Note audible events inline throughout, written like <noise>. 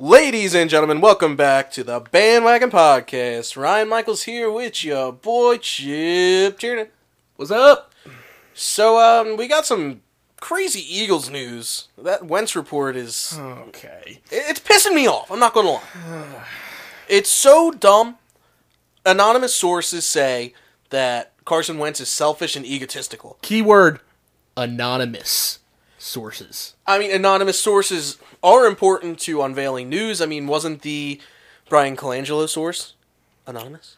Ladies and gentlemen, welcome back to the Bandwagon Podcast. Ryan Michaels here with your boy Chip Tiernan. What's up? So, um, we got some crazy Eagles news. That Wentz report is Okay. It- It's pissing me off. I'm not going to lie. <sighs> It's so dumb. Anonymous sources say that Carson Wentz is selfish and egotistical. Keyword anonymous sources. I mean, anonymous sources are important to unveiling news. I mean, wasn't the Brian Colangelo source anonymous?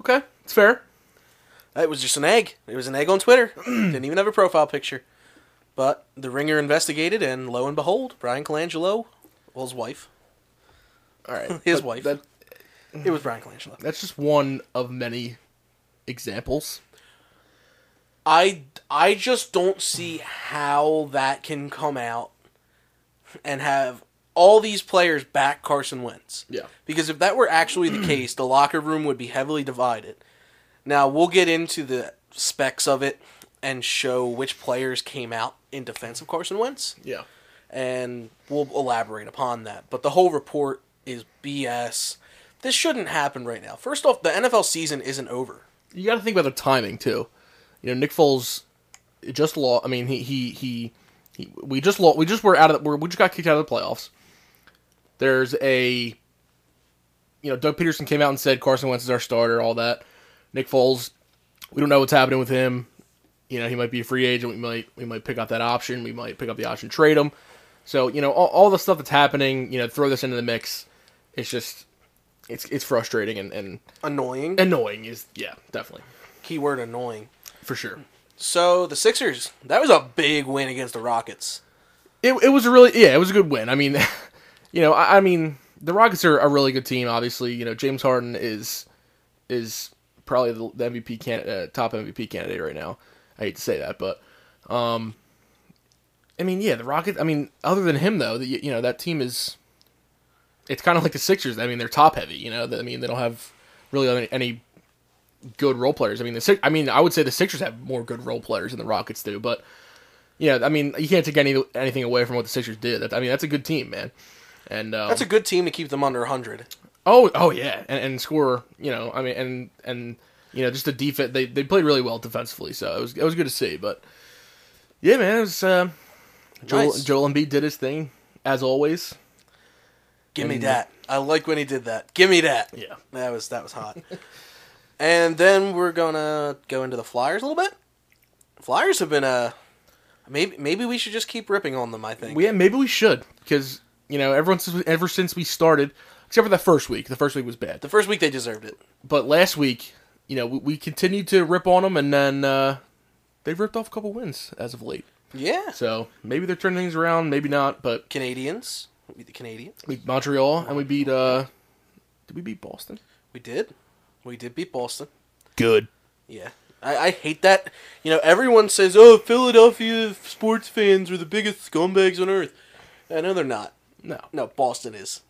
Okay, it's fair. It was just an egg. It was an egg on Twitter. <clears throat> Didn't even have a profile picture. But the Ringer investigated, and lo and behold, Brian Colangelo, well, his wife. All <laughs> right. His but wife. That, It was Brian Colangelo. that's just one of many examples. I I just don't see how that can come out and have all these players back Carson Wentz. Yeah. Because if that were actually the case, the locker room would be heavily divided. Now, we'll get into the specs of it and show which players came out in defense of Carson Wentz Yeah. and we'll elaborate upon that. But the whole report is BS. This shouldn't happen right now. First off, the NFL season isn't over. You got to think about the timing too. You know, Nick Foles just lost. I mean, he he he. he we just lost. We just were out of. The, we just got kicked out of the playoffs. There's a. You know, Doug Peterson came out and said Carson Wentz is our starter. All that. Nick Foles. We don't know what's happening with him. You know, he might be a free agent. We might we might pick up that option. We might pick up the option, trade him. So you know, all, all the stuff that's happening. You know, throw this into the mix. It's just, it's it's frustrating and and Annoying. annoying. Is yeah, definitely. Keyword annoying. For sure. So the Sixers, that was a big win against the Rockets. It, it was a really yeah, it was a good win. I mean, <laughs> you know, I, I mean, the Rockets are a really good team. Obviously, you know, James Harden is is probably the, the MVP can, uh, top MVP candidate right now. I hate to say that, but um, I mean, yeah, the Rockets. I mean, other than him though, the, you know, that team is it's kind of like the Sixers. I mean, they're top heavy. You know, I mean, they don't have really any, any good role players. I mean, the Six- I mean, I would say the Sixers have more good role players than the Rockets do, but yeah, I mean, you can't take any anything away from what the Sixers did. That, I mean, that's a good team, man. And um, That's a good team to keep them under 100. oh oh yeah, and, and score. You know, I mean, and and you know, just the defense. They they played really well defensively, so it was it was good to see. But yeah, man, it was. Uh, Joel, Nice. Joel Embiid did his thing as always. Give me that. I like when he did that. Give me that. Yeah. That was that was hot. <laughs> and then we're gonna go into the Flyers a little bit. Flyers have been uh maybe maybe we should just keep ripping on them, I think. Well, yeah, maybe we should because you know everyone since ever since we started, except for that first week. The first week was bad. the first week they deserved it. but last week, you know, we, we continued to rip on them, and then uh, they've ripped off a couple wins as of late. Yeah. So maybe they're turning things around, maybe not. But Canadians. We beat the Canadians. we beat Montreal, and we beat. uh Did we beat Boston? We did. We did beat Boston. Good. Yeah. I, I hate that. You know, everyone says, oh, Philadelphia sports fans are the biggest scumbags on earth. I know they're not. No. No, Boston is.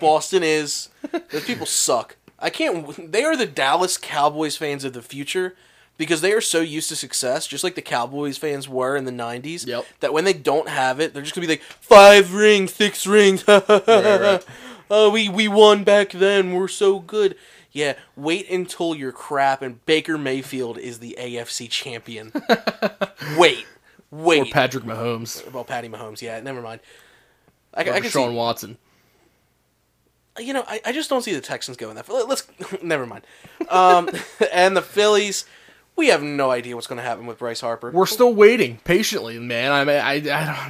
Boston is. Those people suck. I can't. They are the Dallas Cowboys fans of the future because they are so used to success, just like the Cowboys fans were in the 90s, Yep. that when they don't have it, they're just going to be like, five rings, six rings. <laughs> right. Oh, we, we won back then. We're so good. Yeah, wait until you're crap and Baker Mayfield is the AFC <laughs> champion. wait. Wait. Or Patrick Mahomes. well, Patty Mahomes. Yeah, never mind. I, Or I can see Deshaun Watson. you know, I, I just don't see the Texans going that. Let- Let's <laughs> never mind. Um, <laughs> and the Phillies, we have no idea what's going to happen with Bryce Harper. We're still waiting patiently, man. I mean, I, I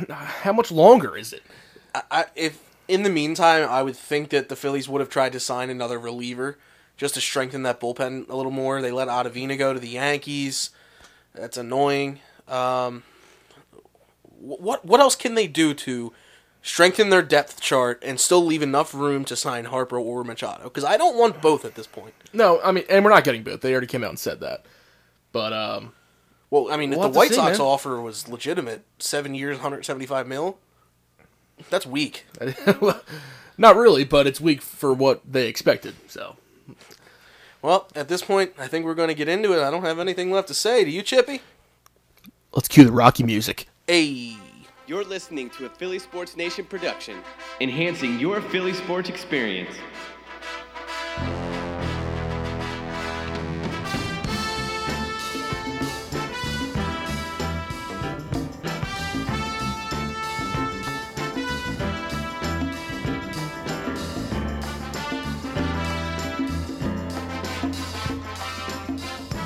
don't. How much longer is it? I, I, if in the meantime, I would think that the Phillies would have tried to sign another reliever just to strengthen that bullpen a little more. They let Ottavina go to the Yankees. That's annoying. Um, wh- what what else can they do to strengthen their depth chart and still leave enough room to sign Harper or Machado? Because I don't want both at this point. No, I mean, and we're not getting both. They already came out and said that. But um, Well, I mean, We'll if have the to White see, Sox man. offer was legitimate, seven years, 175 mil, that's weak. not really. But it's weak for what they expected. So Well, at this point, I think we're going to get into it. I don't have anything left to say. Do you, Chippy? let's cue the Rocky music. Hey. You're listening to a Philly Sports Nation production, enhancing your Philly sports experience.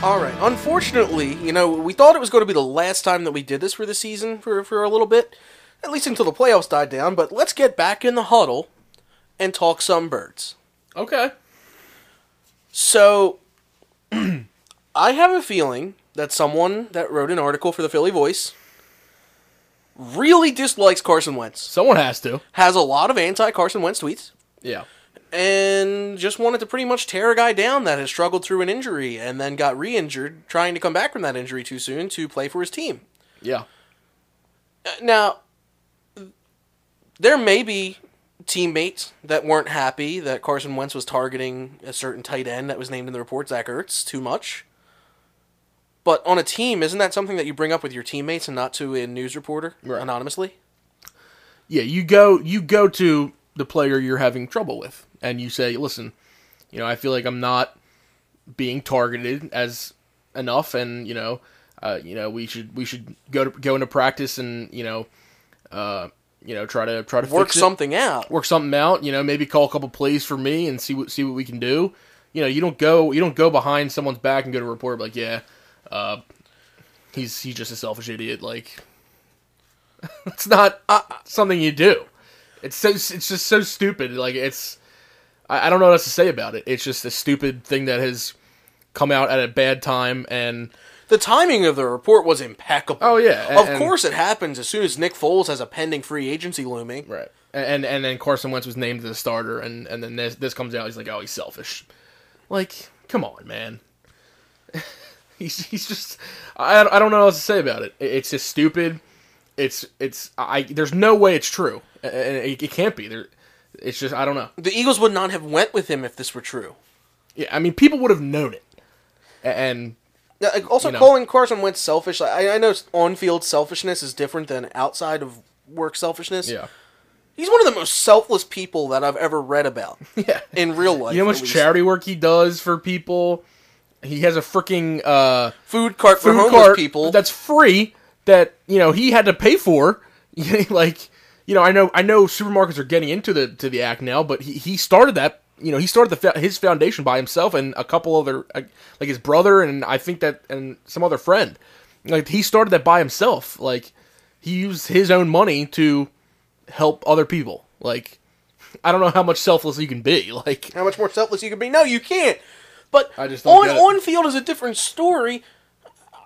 All right. Unfortunately, you know, we thought it was going to be the last time that we did this for the season for, for a little bit, at least until the playoffs died down. But let's get back in the huddle and talk some birds. Okay. So, <clears throat> I have a feeling that someone that wrote an article for the Philly Voice really dislikes Carson Wentz, Someone has to. has a lot of anti Carson Wentz tweets, Yeah. and just wanted to pretty much tear a guy down that has struggled through an injury and then got re injured trying to come back from that injury too soon to play for his team. Yeah. Now, there may be teammates that weren't happy that Carson Wentz was targeting a certain tight end that was named in the report, Zach Ertz, too much. But on a team, isn't that something that you bring up with your teammates and not to a news reporter Right. anonymously? Yeah, you go you go to the player you're having trouble with and you say, "Listen, you know, I feel like I'm not being targeted as enough and, you know, uh, you know, we should we should go to go into practice and, you know, uh, you know, try to try to Work fix it. something out. work something out. You know, maybe call a couple plays for me and see what see what we can do. You know, you don't go you don't go behind someone's back and go to report like, yeah, uh, he's he's just a selfish idiot. Like, <laughs> it's not uh, something you do. It's so it's just so stupid. Like, it's I, I don't know what else to say about it. It's just a stupid thing that has come out at a bad time and The timing of the report was impeccable. Oh, yeah, a- of and- course, it happens as soon as Nick Foles has a pending free agency looming. right and and then Carson Wentz was named the starter and and then this this comes out he's like oh he's selfish like come on man <laughs> he's he's just I, I don't know what else to say about it It- it's just stupid it's it's I there's no way it's true and it, it can't be there it's just I don't know The Eagles would not have went with him if this were true. yeah I mean people would have known it A- and Now, like, also, You know. calling Carson Wentz selfish. I, I know on-field selfishness is different than outside of work selfishness. yeah he's one of the most selfless people that I've ever read about <laughs> yeah in real life. you know how at much least. charity work he does for people he has a freaking uh food cart for food homeless cart people. that's free that you know he had to pay for. <laughs> like you know, I know I know supermarkets are getting into the to the act now, but he, he started that. You know, he started the fa- his foundation by himself and a couple other uh, like his brother and I think that and some other friend. Like he started that by himself. Like he used his own money to help other people. Like I don't know how much selfless you can be. <laughs> Like how much more selfless you can be? No, you can't. But I just don't on get it. on field is a different story.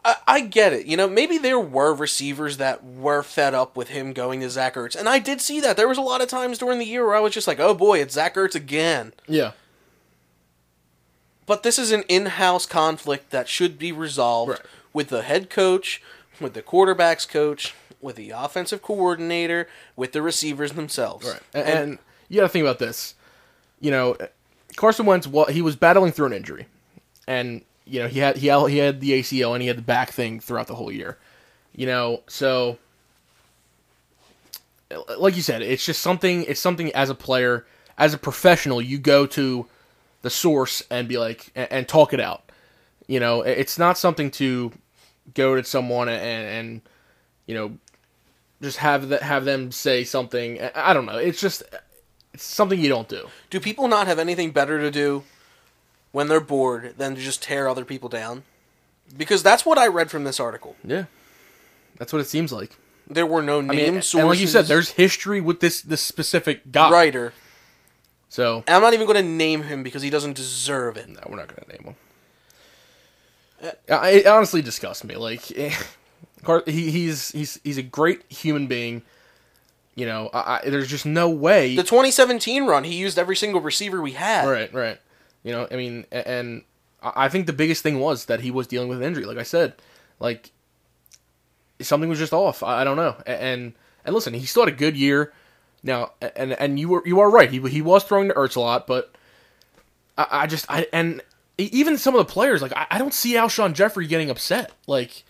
I, I get it. You know, maybe there were receivers that were fed up with him going to Zach Ertz, and I did see that. There was a lot of times during the year where I was just like, "Oh boy, it's Zach Ertz again." yeah, But this is an in-house conflict that should be resolved Right. with the head coach, with the quarterbacks coach, with the offensive coordinator, with the receivers themselves. Right. And, and you got to think about this. You know, Carson Wentz, wa he was battling through an injury, and you know he had he had, he had the ACL and he had the back thing throughout the whole year. You know, so like you said, it's just something. It's something as a player, as a professional, you go to the source and be like and, and talk it out. You know, it- it's not something to go to someone and and you know just have that have them say something. I- I don't know. It's just it's something you don't do. do people not have anything better to do when they're bored than to just tear other people down? Because that's what I read from this article. Yeah, that's what it seems like. There were no I names, mean, and like you said, there's history with this this specific guy. writer. So And I'm not even going to name him because he doesn't deserve it. no, we're not gonna name him. I, it honestly disgusts me. Like, <laughs> Car- he, he's he's he's a great human being. You know, I, I, there's just no way. The 2017 run, he used every single receiver we had. Right, right. You know, I mean, a- and I I think the biggest thing was that he was dealing with an injury. Like I said, like something was just off. I, I don't know. A- And and listen, he still had a good year. Now, a- and and you were you are right. He he was throwing to Ertz a lot, but I, I just I and e- even some of the players like I, I don't see Alshon Jeffrey getting upset. Like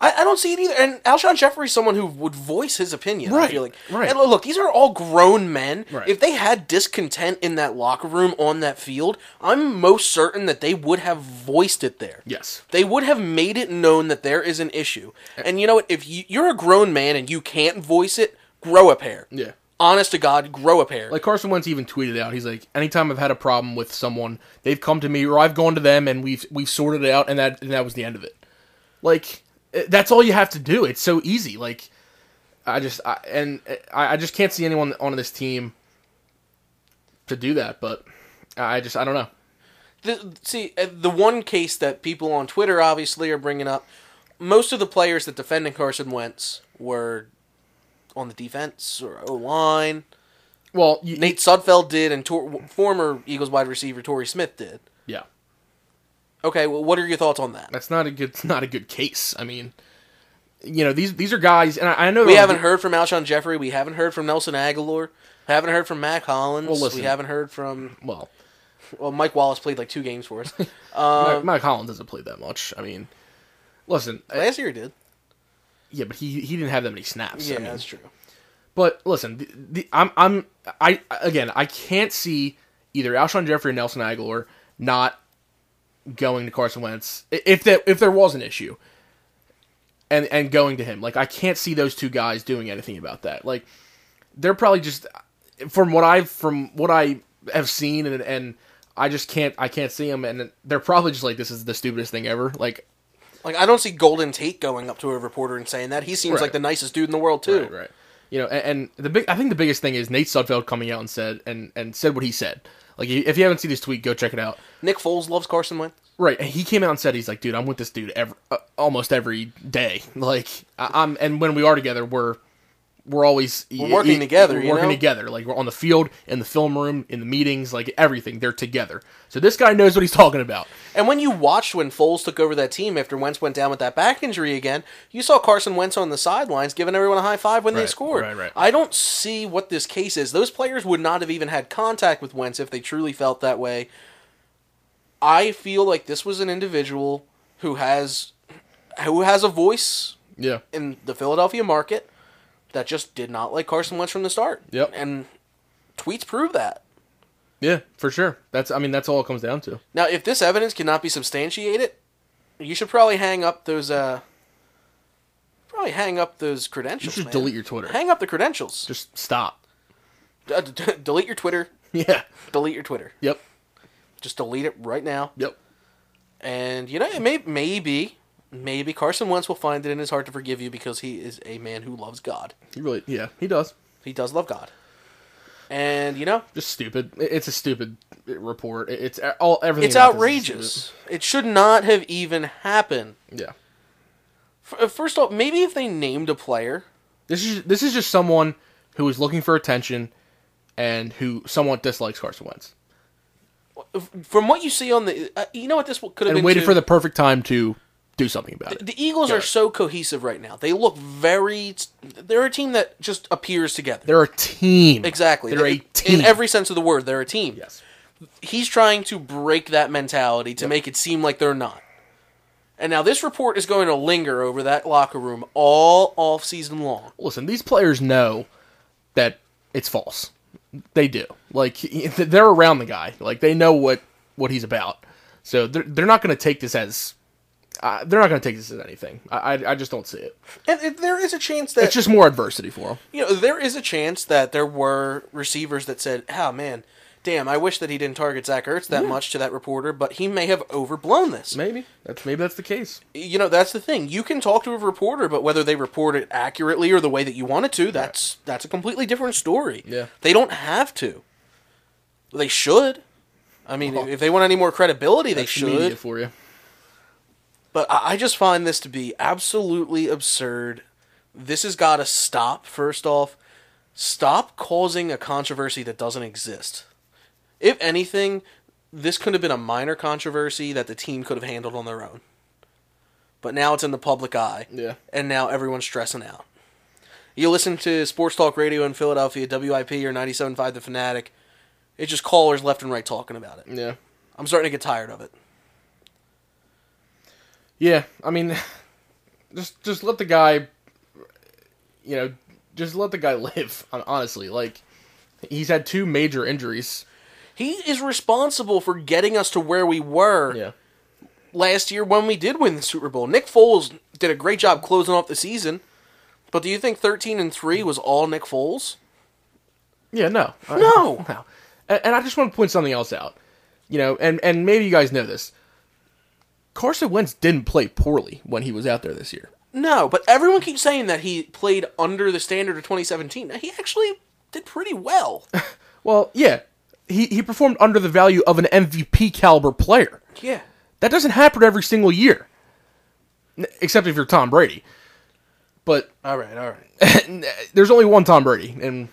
I, I don't see it either. And Alshon Jeffrey's someone who would voice his opinion. I Right, feel like. right. And look, these are all grown men. Right. If they had discontent in that locker room on that field, I'm most certain that they would have voiced it there. Yes. They would have made it known that there is an issue. Eh. And you know what? If you, you're a grown man and you can't voice it, grow a pair. Yeah. Honest to God, grow a pair. Like Carson Wentz even tweeted out, he's like, anytime I've had a problem with someone, they've come to me or I've gone to them and we've we've sorted it out and that and that was the end of it. Like eh, that's all you have to do. It's so easy. Like I just I, and eh, I I just can't see anyone on this team to do that. But I just I don't know. the, see uh, the one case that people on Twitter obviously are bringing up. Most of the players that defended Carson Wentz were on the defense or O line. Well, you, Nate Sudfeld did, and Tor- former Eagles wide receiver Torrey Smith did. yeah, Okay, well, what are your thoughts on that? that's not a good <laughs> it's not a good case. I mean, you know these these are guys, and I, I know We haven't heard from Alshon Jeffrey. We haven't heard from Nelson Aguilar. We haven't heard from Mac Hollins. Well, listen. We haven't heard from Well, well Mike Wallace played like two games for <laughs> us. Um, Mike, Mike Holland doesn't play that much. I mean, listen, eh, Last year he did. Yeah, but he he didn't have that many snaps. Yeah, I mean, that's true. But listen, the, the, I'm I'm I again I can't see either Alshon Jeffrey or Nelson Aguilar not going to Carson Wentz i- if that if there was an issue, and and going to him. Like I can't see those two guys doing anything about that. Like they're probably just from what I've from what I have seen and and. I just can't. I can't see them, and they're probably just like, "This is the stupidest thing ever." Like, Like I don't see Golden Tate going up to a reporter and saying that. He seems Right. like the nicest dude in the world too. Right, right. You know, and, and the big I think the biggest thing is Nate Sudfeld coming out and said and and said what he said. Like if you haven't seen his tweet, go check it out. Nick Foles loves Carson Wentz. Right, and he came out and said he's like, dude, I'm with this dude every uh, almost every day. <laughs> Like I, I'm, and when we are together, we're we're always We're working together, We're you working know? together. Like we're on the field, in the film room, in the meetings, like everything. They're together. So this guy knows what he's <laughs> talking about. And when you watched when Foles took over that team after Wentz went down with that back injury again, you saw Carson Wentz on the sidelines giving everyone a high five when they Right, scored. right, right. I don't see what this case is. Those players would not have even had contact with Wentz if they truly felt that way. I feel like this was an individual who has who has a voice Yeah. in the Philadelphia market that just did not like Carson Wentz from the start. Yep. And tweets prove that. Yeah, for sure. That's I mean that's all it comes down to. Now, if this evidence cannot be substantiated, you should probably hang up those. uh Probably hang up those credentials. You should man. delete your Twitter. Hang up the credentials. Just stop. <laughs> Uh, d- d- delete your Twitter. Yeah. Delete your Twitter. Yep. Just delete it right now. Yep. And you know, it may, maybe, maybe Carson Wentz will find it in his heart to forgive you because he is a man who loves God. He really yeah, he does. He does love God. And you know, just stupid. It- It's a stupid report. It- It's all everything. it's about this is outrageous. It should not have even happened. stupid. Yeah, F- uh, First off, maybe if they named a player this is this is just someone who is looking for attention and who somewhat dislikes Carson Wentz from what you see on the, uh, you know what this could have and been waited too? for the perfect time to do something about it. the Eagles are Sure. so cohesive right now. They look very. They're a team that just appears together. They're a team. exactly. They're a In- team. in every sense of the word. They're a team. yes. He's trying to break that mentality to make it seem like they're not. And now this report is going to linger over that locker room all off season long. Listen, these players know that it's false. They do. Like he- they're around the guy. Like they know what what he's about. So they're they're not going to take this as. Uh, they're not going to take this as anything. I, I I just don't see it. And it- there is a chance that It's just more adversity for him. you know there is a chance that there were receivers that said, "Oh man, damn, I wish that he didn't target Zach Ertz that much to that reporter, but he may have overblown this." Maybe that's maybe that's the case. you know that's the thing you can talk to a reporter but whether they report it accurately or the way that you want it to that's that's a completely different story Yeah. they don't have to they should i mean if they want any more credibility they That's should media for you. but I, I just find this to be absolutely absurd this has got to stop first off stop causing a controversy that doesn't exist if anything this could have been a minor controversy that the team could have handled on their own but now it's in the public eye Yeah. and now everyone's stressing out. You listen to Sports Talk Radio in Philadelphia, WIP or 97.5 The Fanatic. It's just callers left and right talking about it. Yeah. I'm starting to get tired of it. Yeah. I mean, <laughs> just just let the guy, you know, just let the guy <laughs> live. hon- Honestly, like he's had two major injuries. He is responsible for getting us to where we were Yeah, last year when we did win the Super Bowl. Nick Foles did a great job closing off the season, but do you think 13 and 3 was all Nick Foles? yeah, no, I- No. <laughs> no. And, and I just want to point something else out. You know, and and maybe you guys know this. Carson Wentz didn't play poorly when he was out there this year. No, but everyone keeps saying that he played under the standard of 2017. Now, He actually did pretty well. <laughs> Well, yeah, he he performed under the value of an MVP caliber player. yeah. That doesn't happen every single year, N- except if you're Tom Brady. But All right, all right. there's only one Tom Brady, and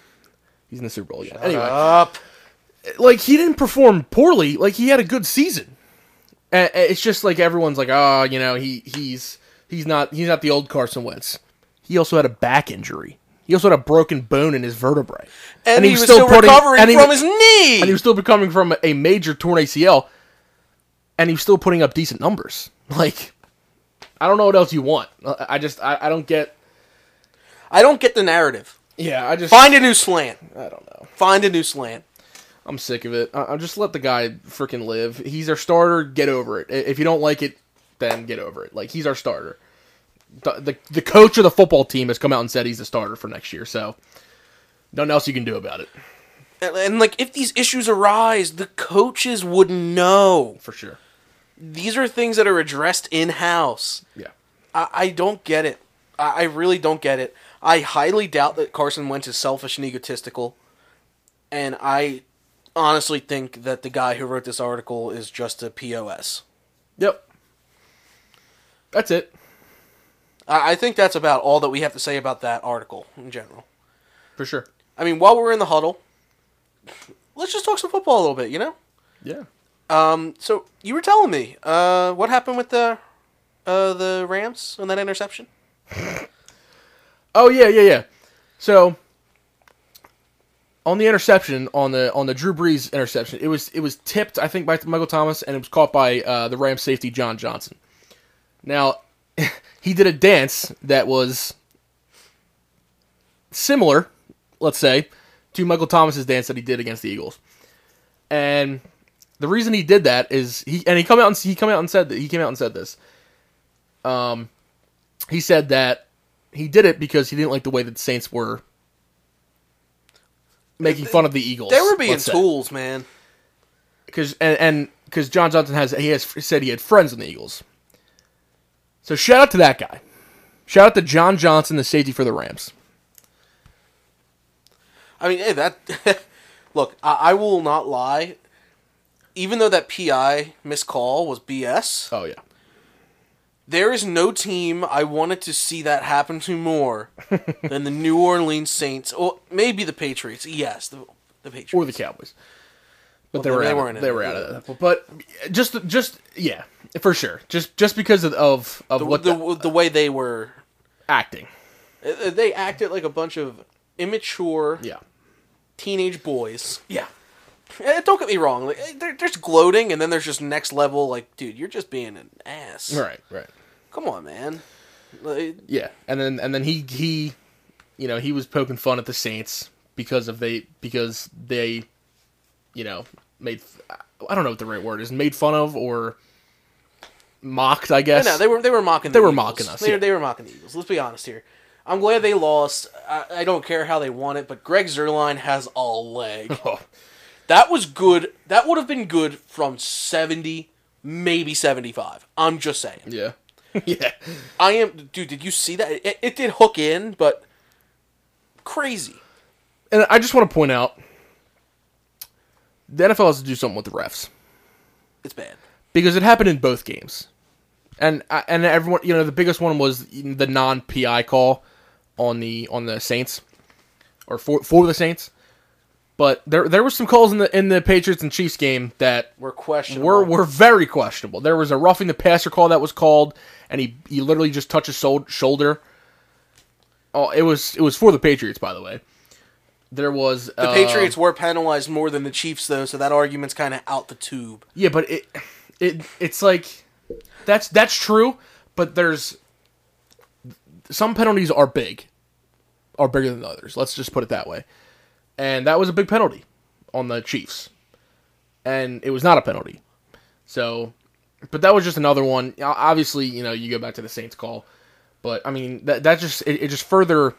he's in the Super Bowl again. Anyway, Up. like he didn't perform poorly. Like he had a good season. A- a- It's just like everyone's like, oh, you know, he he's he's not he's not the old Carson Wentz. He also had a back injury. He also had a broken bone in his vertebrae, And, he, was was still, putting- recovering and he from was- his knee. and he was still becoming from a major torn ACL, and he was still putting up decent numbers. <laughs> Like, I don't know what else you want. Uh, I I just I, I don't get. I don't get the narrative. Yeah, I just Find a new slant. I don't know. Find a new slant. I'm sick of it. I, I just let the guy freaking live. He's our starter. Get over it. I- If you don't like it, then get over it. Like he's our starter. The, the the coach of the football team has come out and said he's the starter for next year. So nothing else you can do about it And, and, like, if these issues arise, the coaches would know. for sure. These are things that are addressed in house. Yeah. I, I don't get it. I, I really don't get it. I highly doubt that Carson Wentz is selfish and egotistical. And I honestly think that the guy who wrote this article is just a POS. Yep. That's it. I, I think that's about all that we have to say about that article in general. For sure. I mean, while we're in the huddle, let's just talk some football a little bit, you know? Yeah. Um, so you were telling me, uh, what happened with the uh, the Rams on that interception? Oh yeah, yeah, yeah. So on the interception on the on the Drew Brees interception, it was it was tipped I think by Michael Thomas and it was caught by uh, the Rams safety John Johnson. Now <laughs> he did a dance that was similar, let's say, to Michael Thomas's dance that he did against the Eagles. And the reason he did that is he and he come out and he come out and said that he came out and said this. Um, he said that he did it because he didn't like the way that the Saints were making fun of the Eagles. They were being let's say tools, man. because and and because John Johnson has he has said he had friends in the Eagles. So shout out to that guy. Shout out to John Johnson, the safety for the Rams. I mean, hey, that. <laughs> look, I, I will not lie. Even though that PI miscall was BS, Oh yeah, there is no team I wanted to see that happen to <laughs> more than the New Orleans Saints, or maybe the Patriots. Yes, the, the Patriots. or the Cowboys. Well, But they they were out weren't of, in they it. were out of that. But just just yeah, for sure. Just just because of of, of the, what the, the, the way they were. acting. uh, They acted like a bunch of immature Yeah. teenage boys. Yeah. Eh, Don't get me wrong. Like, eh, there, there's gloating, and then there's just next level. Like, dude, you're just being an ass. Right. Right. Come on, man. Like, Yeah. And then and then he he, you know, he was poking fun at the Saints because of they because they, you know, made I don't know what the right word is made fun of or mocked. I guess. No, no, they were they were mocking. They the were Eagles. mocking us, They, yeah. they were mocking the Eagles. Let's be honest here. I'm glad they lost. I, I don't care how they won it, but Greg Zerline has a <laughs> leg. Oh, that was good. That would have been good from 70, maybe 75. I'm just saying. yeah, <laughs> yeah. I am, dude. Did you see that? It, it did hook in, but crazy. And I just want to point out, the NFL has to do something with the refs It's bad. because it happened in both games, and I- and everyone, you know, the biggest one was the non PI call on the on the Saints or for for the Saints. But there there were some calls in the in the Patriots and Chiefs game that We're questionable. were were very questionable. There was a roughing the passer call that was called, and he he literally just touched his sol- shoulder. Oh, it was it was for the Patriots, by the way. There was uh, the Patriots were penalized more than the Chiefs, though, so that argument's kind of out the tube. Yeah, but it it it's like that's that's true, but there's some penalties are big, are bigger than others. Let's just put it that way. And that was a big penalty on the Chiefs, and it was not a penalty. So, but that was just another one. O- Obviously, you know, you go back to the Saints call, but I mean that that just it, it just further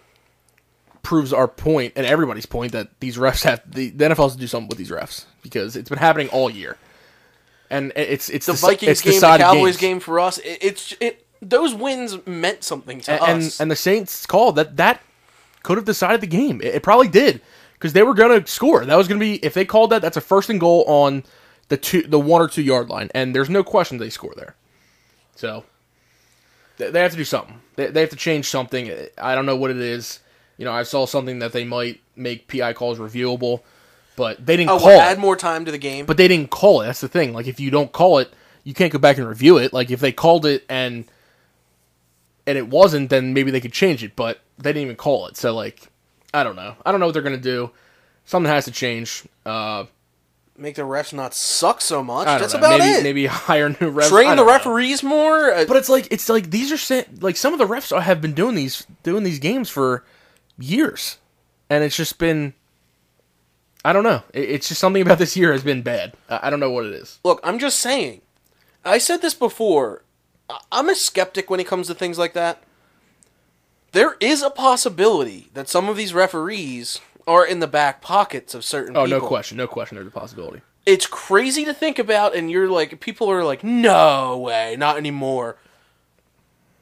proves our point and everybody's point that these refs have the, the NFL has to do something with these refs because it's been happening all year. And it- it's it's The deci- Vikings it's game, the decided Cowboys games. game for us. It, it's it. Those wins meant something to and, and us. and the Saints call that that could have decided the game. It, it probably did because they were going to score. That was going to be if they called that. That's a first and goal on the two the one or two yard line, and there's no question they score there. So they, they have to do something. They, they have to change something. I don't know what it is. You know, I saw something that they might make PI calls reviewable, but they didn't oh, call. well, it. add more time to the game. But they didn't call it. That's the thing. Like if you don't call it, you can't go back and review it. Like if they called it and and it wasn't, then maybe they could change it. But they didn't even call it. So like, I don't know. I don't know what they're gonna do. Something has to change. Uh, Make the refs not suck so much. I don't That's know. about maybe, it. Maybe <laughs> hire new refs. I Train the don't know. referees more. Uh, But it's like it's like these are sa- like some of the refs have been doing these doing these games for years, and it's just been. I don't know. It- It's just something about this year has been bad. I I don't know what it is. look, I'm just saying. I said this before. I- I'm a skeptic when it comes to things like that. There is a possibility that some of these referees are in the back pockets of certain Oh, people. no question, no question. There's a possibility. It's crazy to think about, and you're like, people are like, no way, not anymore.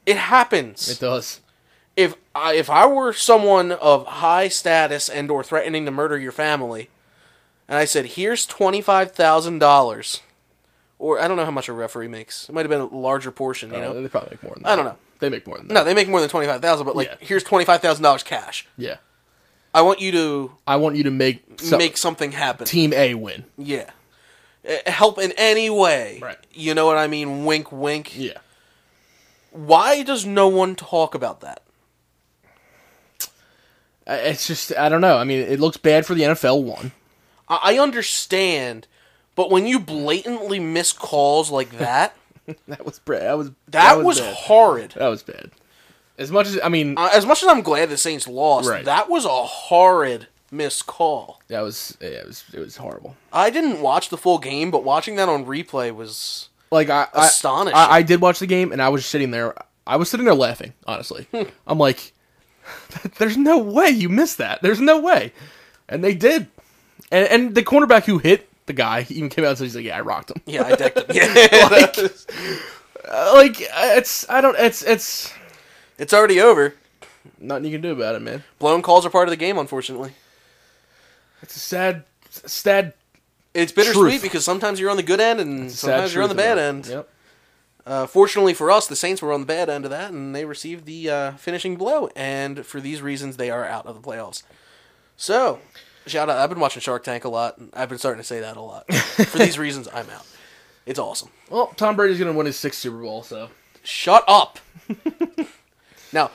It happens. It does. if I, if I were someone of high status and or threatening to murder your family, and I said, "Here's twenty five thousand dollars," or I don't know how much a referee makes. It might have been a larger portion, you You know. know, Uh, they probably make more than that. I don't know. They make more than that. No, they make more than twenty five thousand, but like, Yeah. here's twenty five thousand dollars cash. Yeah. I want you to I want you to make so, make something happen. team A win. yeah, Eh, help in any way. Right. You know what I mean? Wink, wink. Yeah. Why does no one talk about that? I- It's just I don't know. I mean, it looks bad for the NFL one. <laughs> I I understand, but when you blatantly miss calls like <laughs> that. That was bad. That was That, was, bad. Uh, horrid. that was bad. As much as I mean, Uh, as much as I'm glad the Saints lost, Right. that was a horrid missed call. that was yeah, it was it was horrible. I didn't watch the full game, but watching that on replay was Like I I- Astonishing. I, I did watch the game and I was sitting there. I was sitting there laughing. Honestly, Hmm. I'm like, <laughs> there's no way you missed that. There's no way, and they did. And and the cornerback who hit the guy he even came out and said he's like, yeah, I <laughs> rocked him. uh, yeah, I decked him. <laughs> <laughs> Yeah, like it's I don't it's it's it's already over. nothing you can do about it, man. Blown calls are part of the game, unfortunately. It's a sad, sad, It's bittersweet Truth. because sometimes you're on the good end and sad sometimes you're on the truth bad about it. end. Yep. Uh, fortunately for us, the Saints were on the bad end of that, and they received the uh, finishing blow. And for these reasons, they are out of the playoffs. So, shout out! I've been watching Shark Tank a lot. And I've been starting to say that a <laughs> lot. for these reasons, I'm out. It's awesome. Well, Tom Brady's gonna win his sixth Super Bowl, so Shut <laughs> up. now,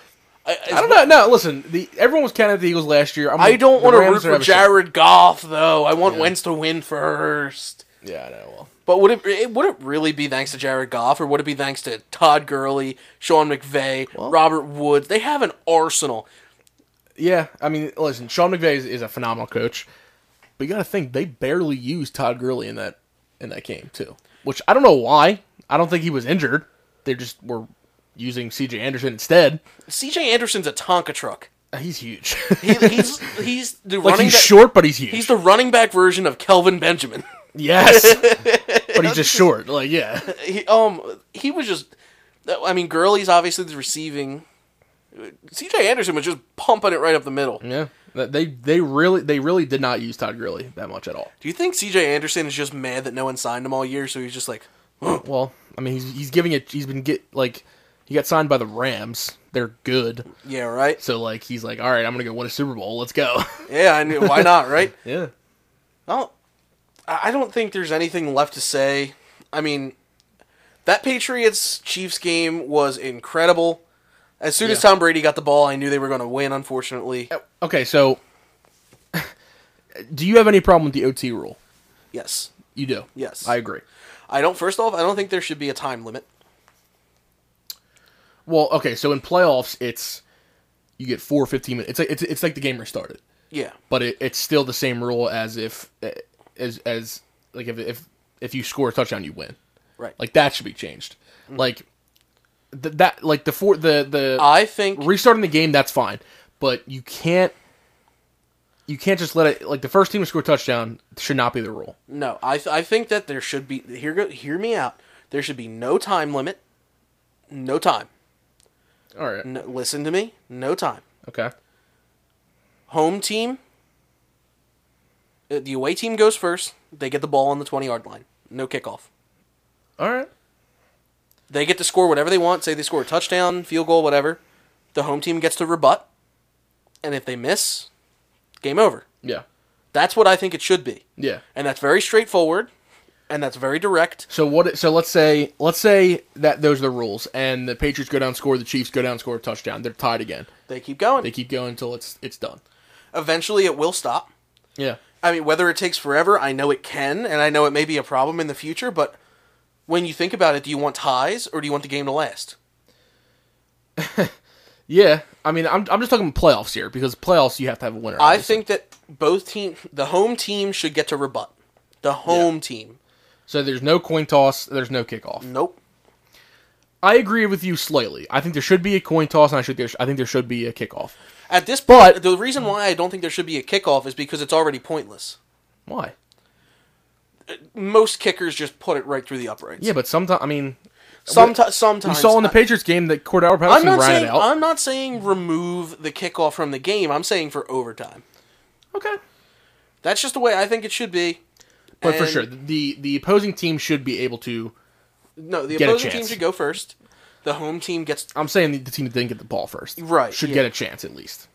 I, I don't know. No, listen, the everyone was counting the Eagles last year. I'm, I don't the want to Rams root are for having a shot. Jared Goff though. I want Wentz to win first. Yeah, I know. Well, But would it, it would it really be thanks to Jared Goff, or would it be thanks to Todd Gurley, Sean McVay, Robert Woods? They have an arsenal. yeah, I mean, listen, Sean McVay is, is a phenomenal coach, but you got to think they barely used Todd Gurley in that in that game too, which I don't know why. I don't think he was injured. They just were using C.J. Anderson instead. Uh, CJ Anderson's a Tonka truck. He's huge. <laughs> <laughs> He, he's he's the like running he's back, short, but he's huge. he's the running back version of Kelvin Benjamin. Yes, but he's just short. Like, yeah, <laughs> He, um he was just I mean Gurley's obviously the receiving. CJ Anderson was just pumping it right up the middle. yeah. They they really they really did not use Todd Gurley that much at all. Do you think CJ Anderson is just mad that no one signed him all year so he's just like Well, I mean, he's he's giving it. He's been get like he got signed by the Rams. They're good, yeah, right? so like he's like, all right, I'm gonna go win a Super Bowl. Let's go. <laughs> Yeah, I knew why not, right? yeah, Well, I I don't think there's anything left to say. I mean, that Patriots Chiefs game was incredible. As soon as Yeah. Tom Brady got the ball, I knew they were going to win, unfortunately. Oh, Okay, so <laughs> do you have any problem with the OT rule? Yes. You do. Yes. I agree. I don't, first off, I don't think there should be a time limit. Well, okay, so in playoffs, it's you get four 15 minutes. It's like it's, it's like the game restarted, Yeah. but it, it's still the same rule as if eh, as as like if if if you score a touchdown, you win. Right. Like that should be changed. Like th- that like the four the the I think restarting the game that's fine, but you can't you can't just let it like the first team to score a touchdown should not be the rule. no. I th- I think that there should be here go hear me out. There should be no time limit. No time. All right. No, listen to me. No time. Okay. Home team. uh, The away team goes first. They get the ball on the twenty yard line. No kickoff. All right. They get to score whatever they want. Say they score a touchdown, field goal, whatever. The home team gets to rebut, and if they miss, game over. Yeah. That's what I think it should be. Yeah. and that's very straightforward and that's very direct So what? it- So let's say let's say that those are the rules, and the Patriots go down, score. The Chiefs go down, score a touchdown. They're tied again. they keep going They keep going until it's it's done. eventually it will stop Yeah. i mean whether it takes forever i know it can and i know it may be a problem in the future but when you think about it do you want ties or do you want the game to last Yeah. I mean, I'm I'm just talking playoffs here because playoffs you have to have a winner. i obviously. think that both team the home team should get to rebut the home team so. There's no coin toss. There's no kickoff. nope I agree with you slightly. I think there should be a coin toss, and I should there, I think there should be a kickoff. at this But- point the reason why i don't think there should be a kickoff is because it's already pointless Why? most kickers just put it right through the uprights Yeah, but sometimes I mean, sometimes sometimes we saw in the I- Patriots game that Cordell I'm Patterson not ran saying it out. I'm not saying remove the kickoff from the game. I'm saying for overtime. okay, That's just the way I think it should be. but for And- sure, the the opposing team should be able to. No, the Get a opposing team chance. should go first. The home team gets I'm saying the, the team that didn't get the ball first, Right, should yeah. get a chance at least.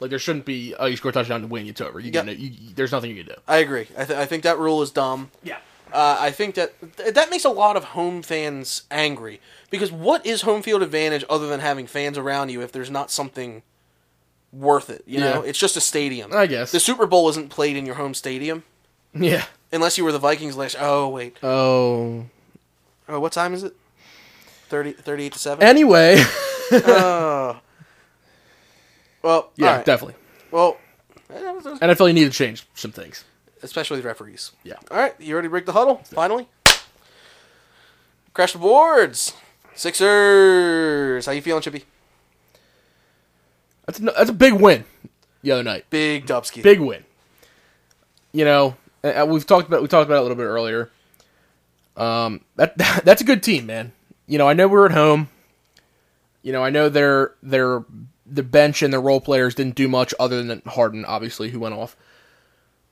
Like there shouldn't be oh you score a touchdown to win, it's over. You, Yeah. know, you, you- there's nothing you can do. I agree. I, th- I think that rule is dumb. Yeah, Uh, I think that th- that makes a lot of home fans angry because what is home field advantage other than having fans around you if there's not something worth it? You know, Yeah. it's just a stadium. I guess. the Super Bowl isn't played in your home stadium <laughs> yeah. unless you were the Vikings last. Oh wait, Oh, oh what time is it? 30, 38 to seven. <laughs> anyway, Well, yeah, all right. definitely. Well, eh, And I feel you need to change some things. especially the referees. Yeah. All right, you already break the huddle. Finally, crash the boards. Sixers, how you feeling, Chippy? That's a, that's a big win the other night. Big Dubsky. big win. You know, uh, we've talked about we talked about it a little bit earlier. Um, that <laughs> that's a good team, man. You know, I know we're at home. You know, I know their their the bench and their role players didn't do much other than Harden, obviously, who went off.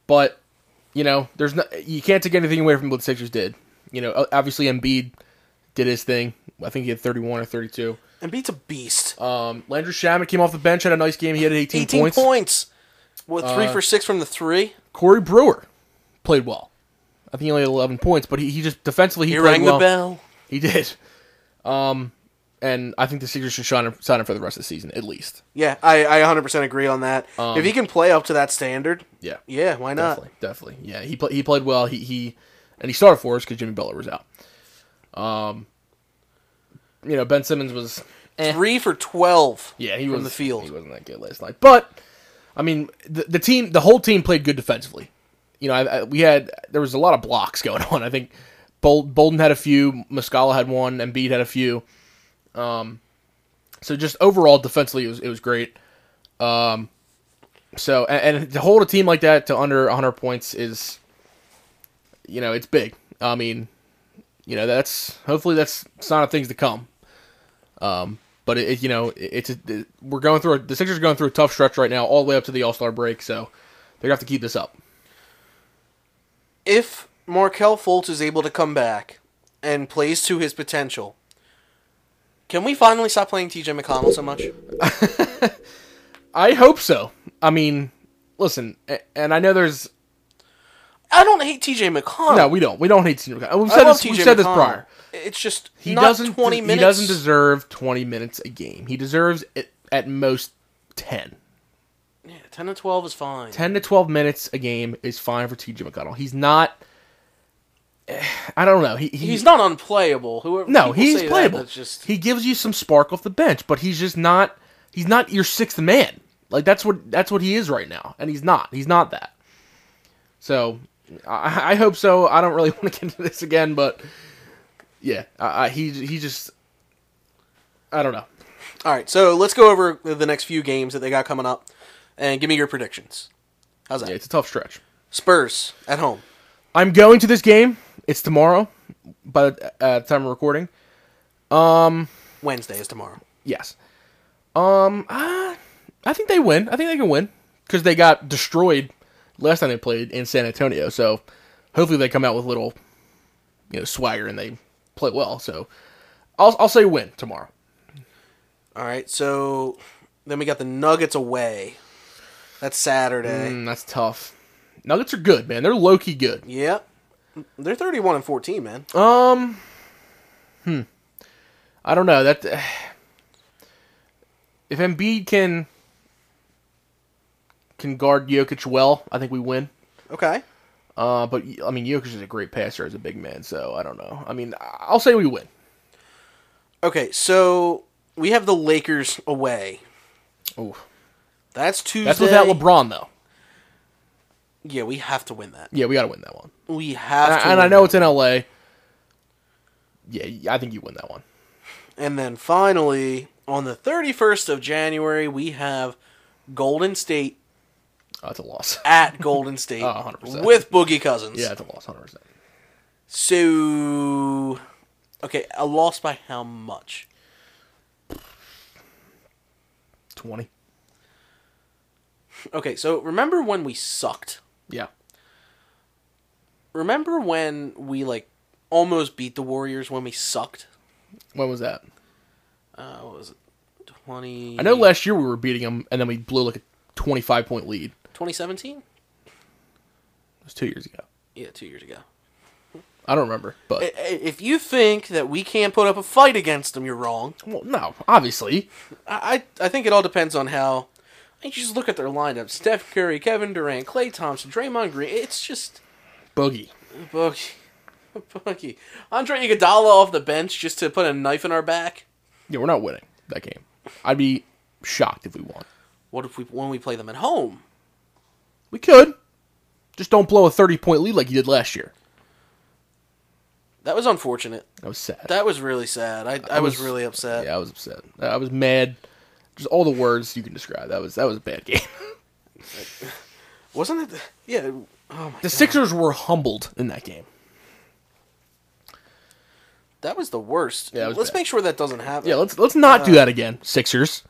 But you know, there's no you can't take anything away from what the Sixers did. You know, o- obviously Embiid did his thing. I think he had 31 or 32. and beats a beast. Um, Landry Shaman came off the bench, had a nice game. He had 18, Eighteen points. Uh, points. What three for six from the three? Corey Brewer played well. I think he only had 11 points, but he, he just defensively he, He played rang well. the bell. He did. Um, and I think the Sixers should sign him, sign him for the rest of the season at least. Yeah, I I 100% agree on that. if he can play up to that standard, Yeah, yeah, why not? Um, definitely, definitely. Yeah, he played he played well. He he and he started for us because Jimmy Butler was out. Um, you know Ben Simmons was Three for 12. Eh. yeah he from was the field. He wasn't that good last night, but I mean the, the team the whole team played good defensively. You know, I, I, we had there was a lot of blocks <laughs> going on. I think Bol- Bolden had a few, Muscala had one, Embiid had a few. Um, so just overall defensively, it was it was great. Um, so and, and to hold a team like that to under 100 points is, you know, it's big. I mean, you know, that's hopefully that's a sign of things to come. Um, but it, it- you know, it, it's a, it- we're going through a, the Sixers are going through a tough stretch right now, all the way up to the All Star break. So they're gonna have to keep this up. if Markel Fultz is able to come back and plays to his potential, can we finally stop playing TJ McConnell so much? I hope so. I mean, listen, a- and I know there's I don't hate TJ McConnell. no, we don't, we don't hate Senior. McConnell. We've I said love this, TJ we've said this McConnell. prior. It's just He not doesn't. 20 minutes. He doesn't deserve 20 minutes a game. He deserves at, at most 10. Yeah, 10 to 12 is fine. 10 to 12 minutes a game is fine for TJ McConnell. He's not <sighs> I don't know. He, he- He's not unplayable. Whoever people no, he's say that, playable. that's just He gives you some spark off the bench, but he's just not. He's not your sixth man. Like that's what that's what he is right now, and he's not. He's not that. So I, I hope so. I don't really <laughs> want to get into this again, but yeah, I, I, he he just I don't know. all right. So let's go over the next few games that they got coming up, and give me your predictions. How's that? Yeah, it's a tough stretch. Spurs at home. I'm going to this game. It's tomorrow, by the uh, time of recording. Wednesday is tomorrow. Yes. Um, uh, I think they win. I think they can win because they got destroyed last time they played in San Antonio. So hopefully they come out with a little, you know, swagger and they play well. So I'll I'll say win tomorrow. All right. So then we got the Nuggets away. That's Saturday. Mm, that's tough. Nuggets are good, man. They're low key good. Yep. They're 31 and 14, man. Um, hmm. I don't know that. <sighs> if Embiid can can guard Jokic well, I think we win. Okay. Uh, but I mean, Jokic is a great passer as a big man, so I don't know. I mean, I'll say we win. Okay, so we have the Lakers away. Ooh, That's Tuesday. that's without LeBron though. Yeah, we have to win that. Yeah, we got to win that one. We have And to. I, and win I know that. it's in LA. Yeah, I think you win that one. And then finally, on the 31st of January, we have Golden State Oh, that's a loss. <laughs> at Golden State Oh, 100%. with Boogie Cousins. Yeah, it's a loss, hundred percent. So, okay, a loss by how much? Twenty. Okay, so remember when we sucked? Yeah. Remember when we like almost beat the Warriors when we sucked? When was that? Uh, what was it? 20 I know last year we were beating them, and then we blew like a twenty-five point lead. 2017? It was two years ago. Yeah, 2 years ago. I don't remember, but I- I- If you think that we can't put up a fight against them, you're wrong. well, no, obviously. I, I I think it all depends on how. I think you just look at their lineup: Steph Curry, Kevin Durant, Clay Thompson, Draymond Green. It's just Boogie. boogie, <laughs> boogie. Andre Iguodala off the bench just to put a knife in our back. Yeah, we're not winning that game. I'd be shocked if we won. What if we when we play them at home? We could. Just don't blow a 30 point lead like you did last year. That was unfortunate. That was sad. That was really sad. I, I was, was- really upset. yeah, I was upset. I was mad. Just all the words you can describe. That was that was a bad game. <laughs> Oh Wasn't it? the- Yeah. Oh my. the Sixers were humbled in that game. That was the worst. Yeah, it was Let's bad. make sure that doesn't happen. Yeah, let's let's not Uh, do that again, Sixers.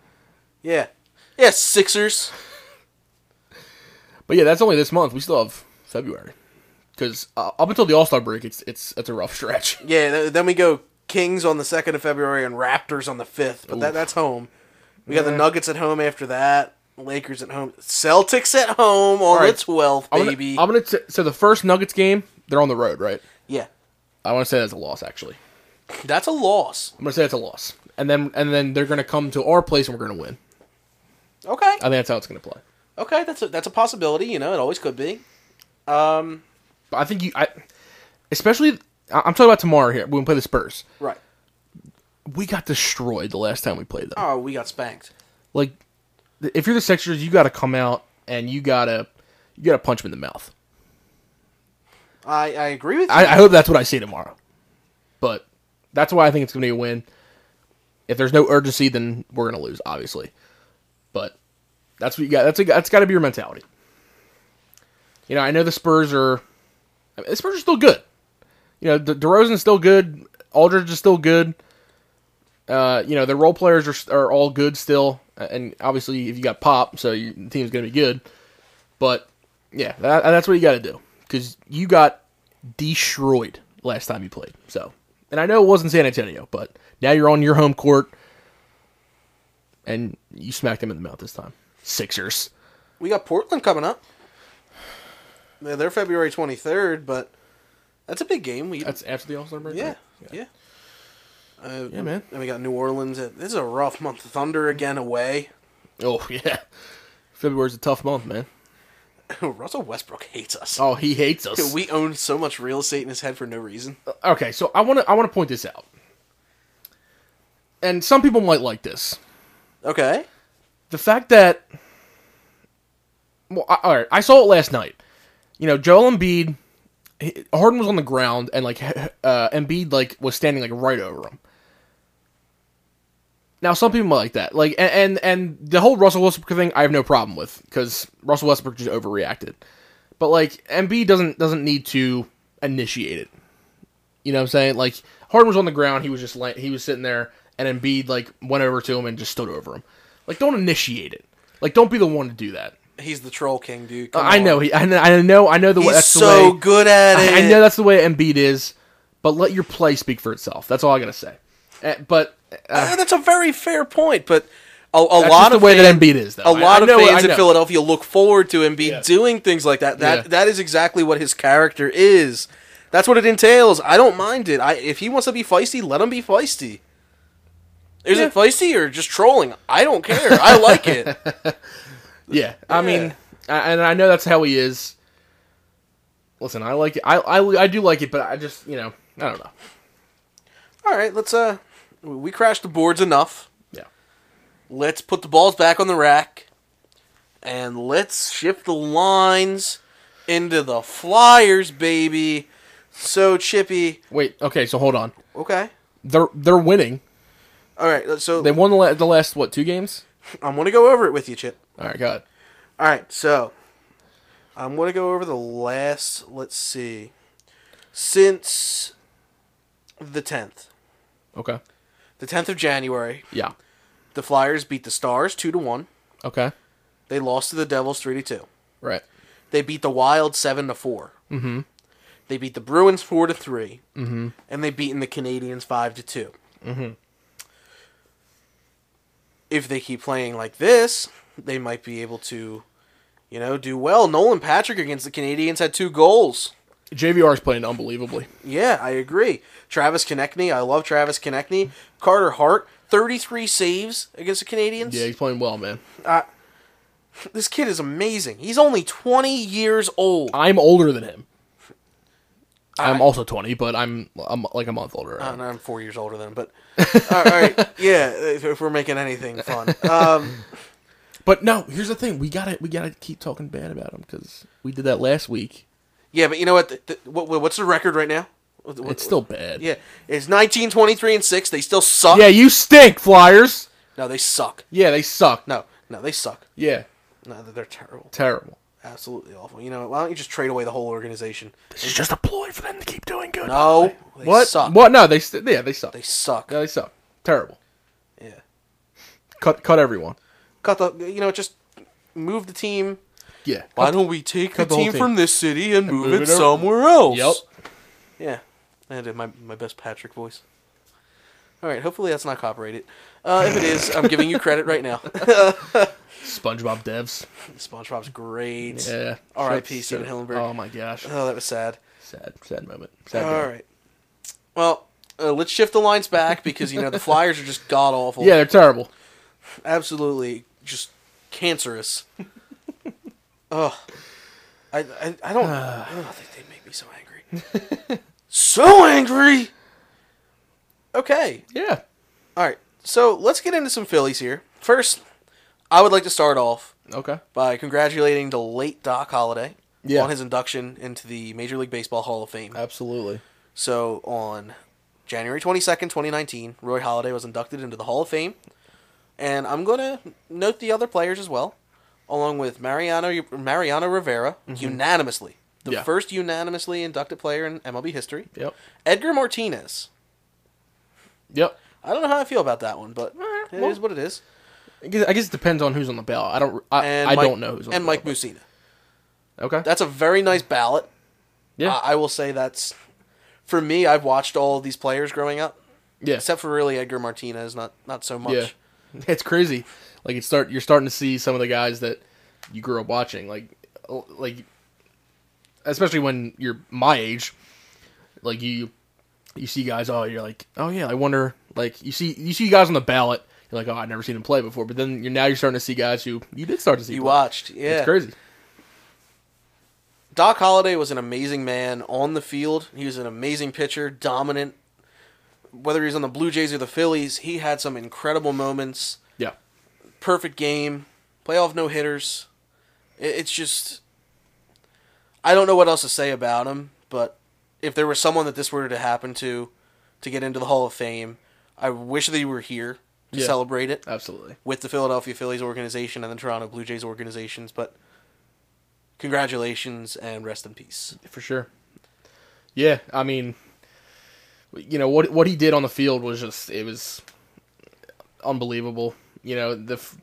Yeah. Yeah. Sixers. But yeah, that's only this month. We still have February. Because uh, up until the All Star break, it's it's it's a rough stretch. <laughs> Yeah, th- then we go Kings on the 2nd of February and Raptors on the 5th, but that, that's home. We got the Nuggets at home after that, Lakers at home, Celtics at home on right. the 12th, I'm gonna- baby. I'm gonna t- so the first Nuggets game, they're on the road, right? yeah, I want to say that's a loss. Actually, that's a loss. I'm gonna say that's a loss. And then and then they're gonna come to our place and we're gonna win. Okay. I think that's how it's gonna play. Okay, that's a, that's a possibility, you know, it always could be. But I think you, I, especially, I- I'm talking about tomorrow here when we play the Spurs. Right. We got destroyed the last time we played them. Oh, we got spanked. Like, th- if you're the Sixers, you got to come out and you gotta, you gotta punch them in the mouth. I, I agree with you. I, I hope that's what I see tomorrow. But that's why I think it's gonna be a win. If there's no urgency, then we're gonna lose, obviously. But that's what you got. That's a, that's got to be your mentality. You know, I know the Spurs are. I mean, the Spurs are still good. You know, De- DeRozan's still good. Aldridge is still good. Uh, you know, their role players are are all good still, Uh, and obviously if you got Pop, so your team's gonna be good. But yeah, that, that's what you got to do because you got destroyed last time you played. So, and I know it wasn't San Antonio, but now you're on your home court, and you smacked them in the mouth this time. Sixers. we got Portland coming up. They're, they're February 23rd, but that's a big game. We That's after the All Star break. Yeah, right? yeah. Uh, Yeah, man. And we got New Orleans. At, this is a rough month. Thunder again away. <laughs> <laughs> Oh yeah. February's a tough month, man. Russell Westbrook hates us. Oh, he hates us. We own so much real estate in his head for no reason. okay, so I want to I want to point this out. And some people might like this. Okay. The fact that well, I, all right, I saw it last night. You know, Joel Embiid he- Harden was on the ground and like <laughs> uh Embiid like was standing like right over him. Now some people might like that. Like a- and and the whole Russell Westbrook thing I have no problem with cuz Russell Westbrook just overreacted. But like Embiid doesn't doesn't need to initiate it. You know what I'm saying? Like Harden was on the ground, he was just like he was sitting there, and Embiid like went over to him and just stood over him. Like don't initiate it. Like don't be the one to do that. He's the troll king, dude. Come Uh, I on. know he. I know. I know. I know the way. He's That's so the way. good at it. I, I know that's the way Embiid is. But let your play speak for itself. That's all I gotta say. Eh, but uh, Uh, that's a very fair point, but a, a that's lot just the of way fans, that Embiid is, though. a lot of fans in in Philadelphia look forward to Embiid Yeah. doing things like that. That Yeah. that is exactly what his character is. That's what it entails. I don't mind it. I if he wants to be feisty, let him be feisty. Is Yeah. it feisty or just trolling? I don't care. I like <laughs> it. Yeah, Yeah. I mean, I, and I know that's how he is. Listen, I like it. I, I I do like it, but I just you know I don't know. All right, let's uh we crashed the boards enough. Yeah. Let's put the balls back on the rack and let's shift the lines into the Flyers, baby. So chippy. Wait. Okay. So hold on. Okay. They're they're winning. All right. So They won the, la- the last what two games? I'm going to go over it with you, Chip. All right. Got it. All right. So I'm going to go over the last, let's see, since the 10th. Okay. The 10th of January, Yeah. the Flyers beat the Stars 2 to 1. Okay. They lost to the Devils 3 to 2. Right. They beat the Wild seven to 4 Mm-hmm. They beat the Bruins four to 3 Mm-hmm. And they beaten the Canadians five to 2 Mm-hmm. If they keep playing like this, they might be able to, you know, do well. Nolan Patrick against the Canadians had two goals. JVR is playing unbelievably. Yeah, I agree. Travis Konechny, I love Travis Konechny. Carter Hart, thirty-three saves against the Canadians. Yeah, he's playing well, man. This kid is amazing. He's only twenty years old. I'm older than him. I'm also 20, but I'm I'm like a month older. Uh, no, I'm four years older than him, <laughs> but all right, yeah. If, if we're making anything fun, um, But no, here's the thing: we gotta we gotta keep talking bad about him because we did that last week. yeah. But you know what? The, the, what? what- What's the record right now? What- what- It's still bad. yeah. It's 19, 23, and six. They still suck. Yeah, you stink, Flyers. No, they suck. Yeah, they suck. No, no, they suck. Yeah, No, they're terrible. terrible. Absolutely awful. You know, what? why don't you just trade away the whole organization? This is just a ploy for them to keep doing good. No, they what? suck. What? No, they st- yeah, they suck. They suck. yeah, they suck. Terrible. Yeah. Cut cut everyone. Cut the. You know, just move the team. Yeah. Why don't we take the cut the whole team thing. from this city and, move, move it, it over- somewhere else? Yep. Yeah, I did my my best Patrick voice. All right, hopefully that's not copyrighted. Uh, if it is, I'm giving you credit right now. <laughs> SpongeBob devs. SpongeBob's great. Yeah. R.I.P. Shut- Steven shut- Hillenburg. Oh my gosh. Oh, that was sad. Sad. Sad moment. Sad. All moment. right. Well, uh, let's shift the lines back because you know the Flyers are just god awful. Yeah, they're terrible. absolutely just <laughs> cancerous. Ugh. I, I, I don't <sighs> ugh, they, they make me so angry. <laughs> so angry. Okay. Yeah. All right. So let's get into some Phillies here. First, I would like to start off Okay. by congratulating the late Doc Holliday Yeah. on his induction into the Major League Baseball Hall of Fame. Absolutely. So on January 22nd, 2019, Roy Halladay was inducted into the Hall of Fame. And I'm going to note the other players as well, along with Mariano, Mariano Rivera, unanimously. The Mm-hmm. Yeah. first unanimously inducted player in MLB history. Yep. Edgar Martinez. Yep. I don't know how I feel about that one, but Alright, it well- is what it is. I guess, I guess it depends on who's on the ballot. I don't. I, And I Mike- don't know who's on And the Mike ballot. Mussina. Okay. That's a very nice ballot. yeah. I, I will say that's for me. I've watched all these players growing up, yeah. except for really Edgar Martinez. Not not so much. Yeah. <laughs> It's crazy. Like it's start. You're starting to see some of the guys that you grew up watching. Like, oh, like, especially when you're my age. Like you, you see guys. Oh, you're like, oh yeah. I wonder. Like you see, you see guys on the ballot. You're like, oh, I've never seen him play before. But then you're now you're starting to see guys who you did start to see. You play. watched, yeah. It's crazy. Doc Holliday was an amazing man on the field. He was an amazing pitcher, dominant. Whether he was on the Blue Jays or the Phillies, he had some incredible moments. Yeah. Perfect game, playoff no hitters. I- It's just, I don't know what else to say about him. But if there was someone that this were to happen to, to get into the Hall of Fame, I wish they were here to Yeah. celebrate it Absolutely. with the Philadelphia Phillies organization and the Toronto Blue Jays organizations, but congratulations and rest in peace. For sure. Yeah, I mean you know what what he did on the field was just it was unbelievable. You know, the f-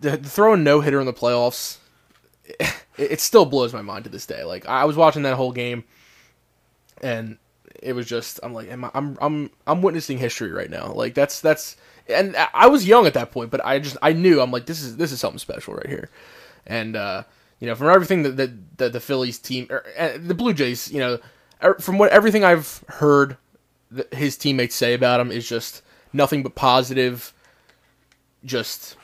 the, the throwing no hitter in the playoffs <laughs> it, it still blows my mind to this day. Like I was watching that whole game and it was just I'm like am I, I'm I'm I'm witnessing history right now. Like that's that's and I- I was young at that point, but I just I knew I'm like this is this is something special right here. And uh, you know, from everything that that, that the Phillies team or uh, the Blue Jays, you know, er, from what everything I've heard that his teammates say about him is just nothing but positive just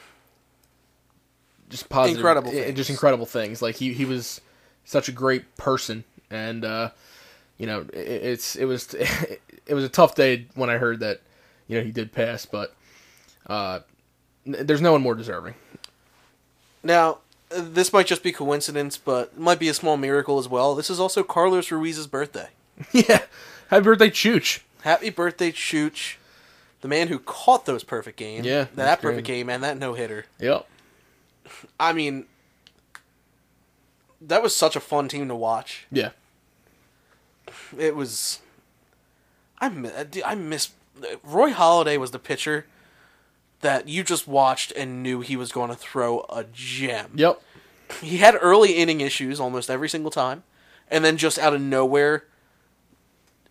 just positive Incredible eh, things. just incredible things. Like he he was such a great person and uh you know, it, it's it was <laughs> it was a tough day when I heard that you know he did pass, but uh, n- there's no one more deserving. <laughs> Now, uh, this might just be coincidence, but it might be a small miracle as well. This is also Carlos Ruiz's birthday. yeah, happy birthday, Chooch. Happy birthday, Chooch, the man who caught those perfect game, Yeah, that that's perfect great. game and that no hitter. Yep. I mean, that was such a fun team to watch. Yeah. It was. I mi- I d- I miss Roy Holiday was the pitcher that you just watched and knew he was going to throw a gem. Yep. He had early inning issues almost every single time, and then just out of nowhere,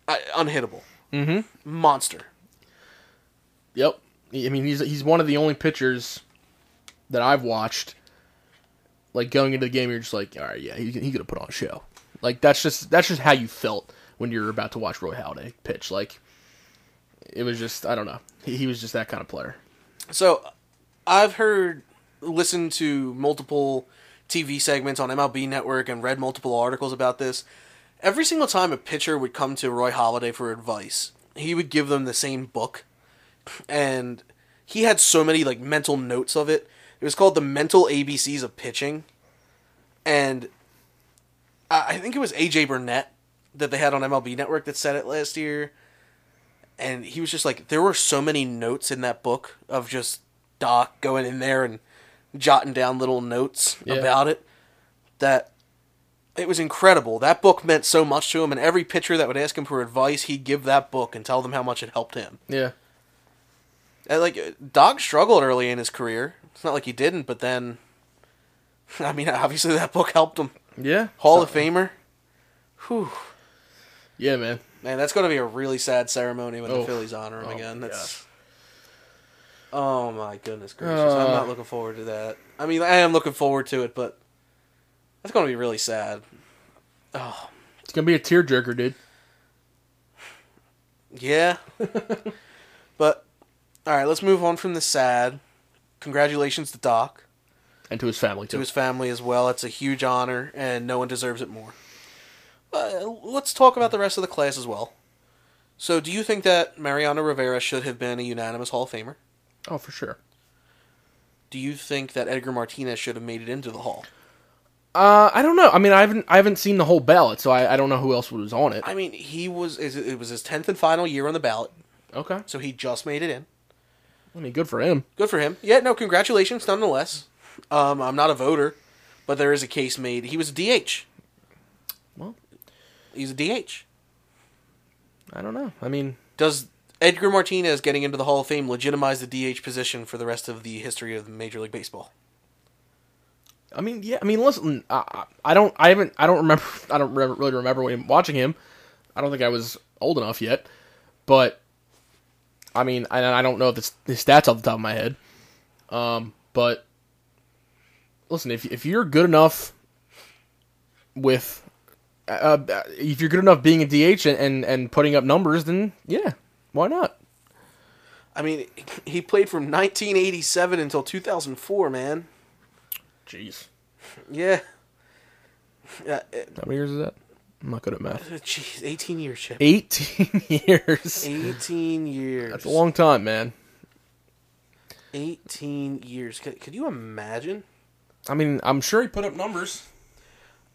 I, unhittable. Mm-hmm. Monster. Yep. I mean, he's he's one of the only pitchers that I've watched. Like going into the game, you're just like, all right, yeah, he he could have put on a show. Like that's just that's just how you felt when you're about to watch Roy Halladay pitch. Like it was just I don't know. He, he was just that kind of player. So, I've heard, listened to multiple TV segments on MLB Network and read multiple articles about this. Every single time a pitcher would come to Roy Holiday for advice, he would give them the same book, and he had so many like mental notes of it. It was called the Mental ABCs of Pitching, and I I think it was AJ Burnett that they had on MLB Network that said it last year and he was just like there were so many notes in that book of just doc going in there and jotting down little notes Yeah. about it that it was incredible that book meant so much to him and every pitcher that would ask him for advice he'd give that book and tell them how much it helped him Yeah. and Uh, like doc struggled early in his career it's not like he didn't but then <laughs> i mean obviously that book helped him Yeah. hall of famer whew Yeah, man. Man, that's going to be a really sad ceremony when the Oh. Phillies honor him Oh, again. my That's. Oh my goodness gracious! I'm Uh. not looking forward to that. I mean, I am looking forward to it, but that's going to be really sad. Oh It's gonna be a tearjerker, dude. <laughs> yeah, but all right, let's move on from the sad. Congratulations to Doc And to his family to too. his family as well. It's a huge honor, and no one deserves it more. Uh, let's talk about the rest of the class as well. So, do you think that Mariano Rivera should have been a unanimous Hall of Famer? oh, for sure. do you think that Edgar Martinez should have made it into the Hall? Uh, I don't know. I mean, I haven't I haven't seen the whole ballot, so I, I don't know who else was on it. I mean, he was is- it was his tenth and final year on the ballot, Okay. so he just made it in. I mean, good for him. Good for him. Yeah, no, congratulations nonetheless. Um, I'm not a voter, but there is a case made. He was a DH. Well, He's a DH. I don't know. I mean, Does Edgar Martinez getting into the Hall of Fame legitimize the DH position for the rest of the history of Major League Baseball? I mean, yeah. I mean, listen. I, I I don't. I haven't. I don't remember. <laughs> I don't re- really remember when I'm watching him. I don't think I was old enough yet. But I mean, I, I don't know the, s- the stats off the top of my head. Um, but listen, if if you're good enough with uh, uh, if you're good enough being a DH and, and, and putting up numbers, then yeah, why not? I mean, he played from 1987 until 2004, man. Jeez. Yeah. Uh, uh, How many years is that? I'm not good at math. Jeez, 18 years, Chip. 18 <laughs> years. 18 years. That's a long time, man. 18 years. Could, could you imagine? I mean, I'm sure he put up numbers.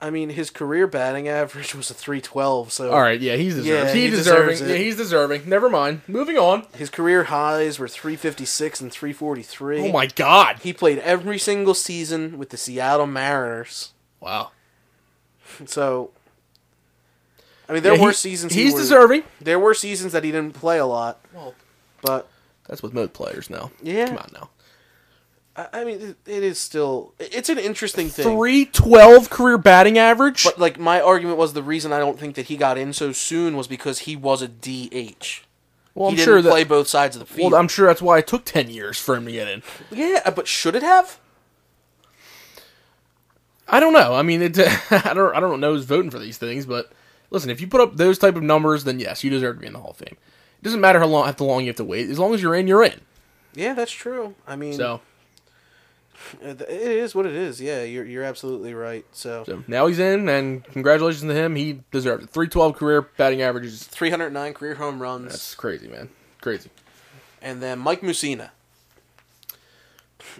I mean, his career batting average was a 312, so All right, yeah, he's deserving. Yeah, he he deserving. deserves it. yeah, he's deserving. Never mind. Moving on. his career highs were 356 and 343. Oh my god. He played every single season with the Seattle Mariners. Wow. So I mean, there Yeah, he- were seasons he He's were- deserving. There were seasons that he didn't play a lot, Well, but that's with most players now. Yeah. Come on now. I, I mean, it, it is still it's an interesting thing. 312 career batting average. But like my argument was the reason I don't think that he got in so soon was because he was a DH. well, he I'm didn't sure play that. both sides of the field. Well, I'm sure that's why it took 10 years for him to get in. yeah, uh, but should it have? I don't know. I mean, it, <laughs> I don't. I don't know who's voting for these things, but listen, if you put up those type of numbers, then yes, you deserve to be in the Hall of Fame. It doesn't matter how long, how long you have to wait. As long as you're in, you're in. Yeah, that's true. I mean, So, uh, th- it is what it is. Yeah, you're you're absolutely right. So, so now he's in, and congratulations to him. He deserved it. Three twelve career batting average is 309 career home runs, that's crazy, man. Crazy. and then Mike Mussina.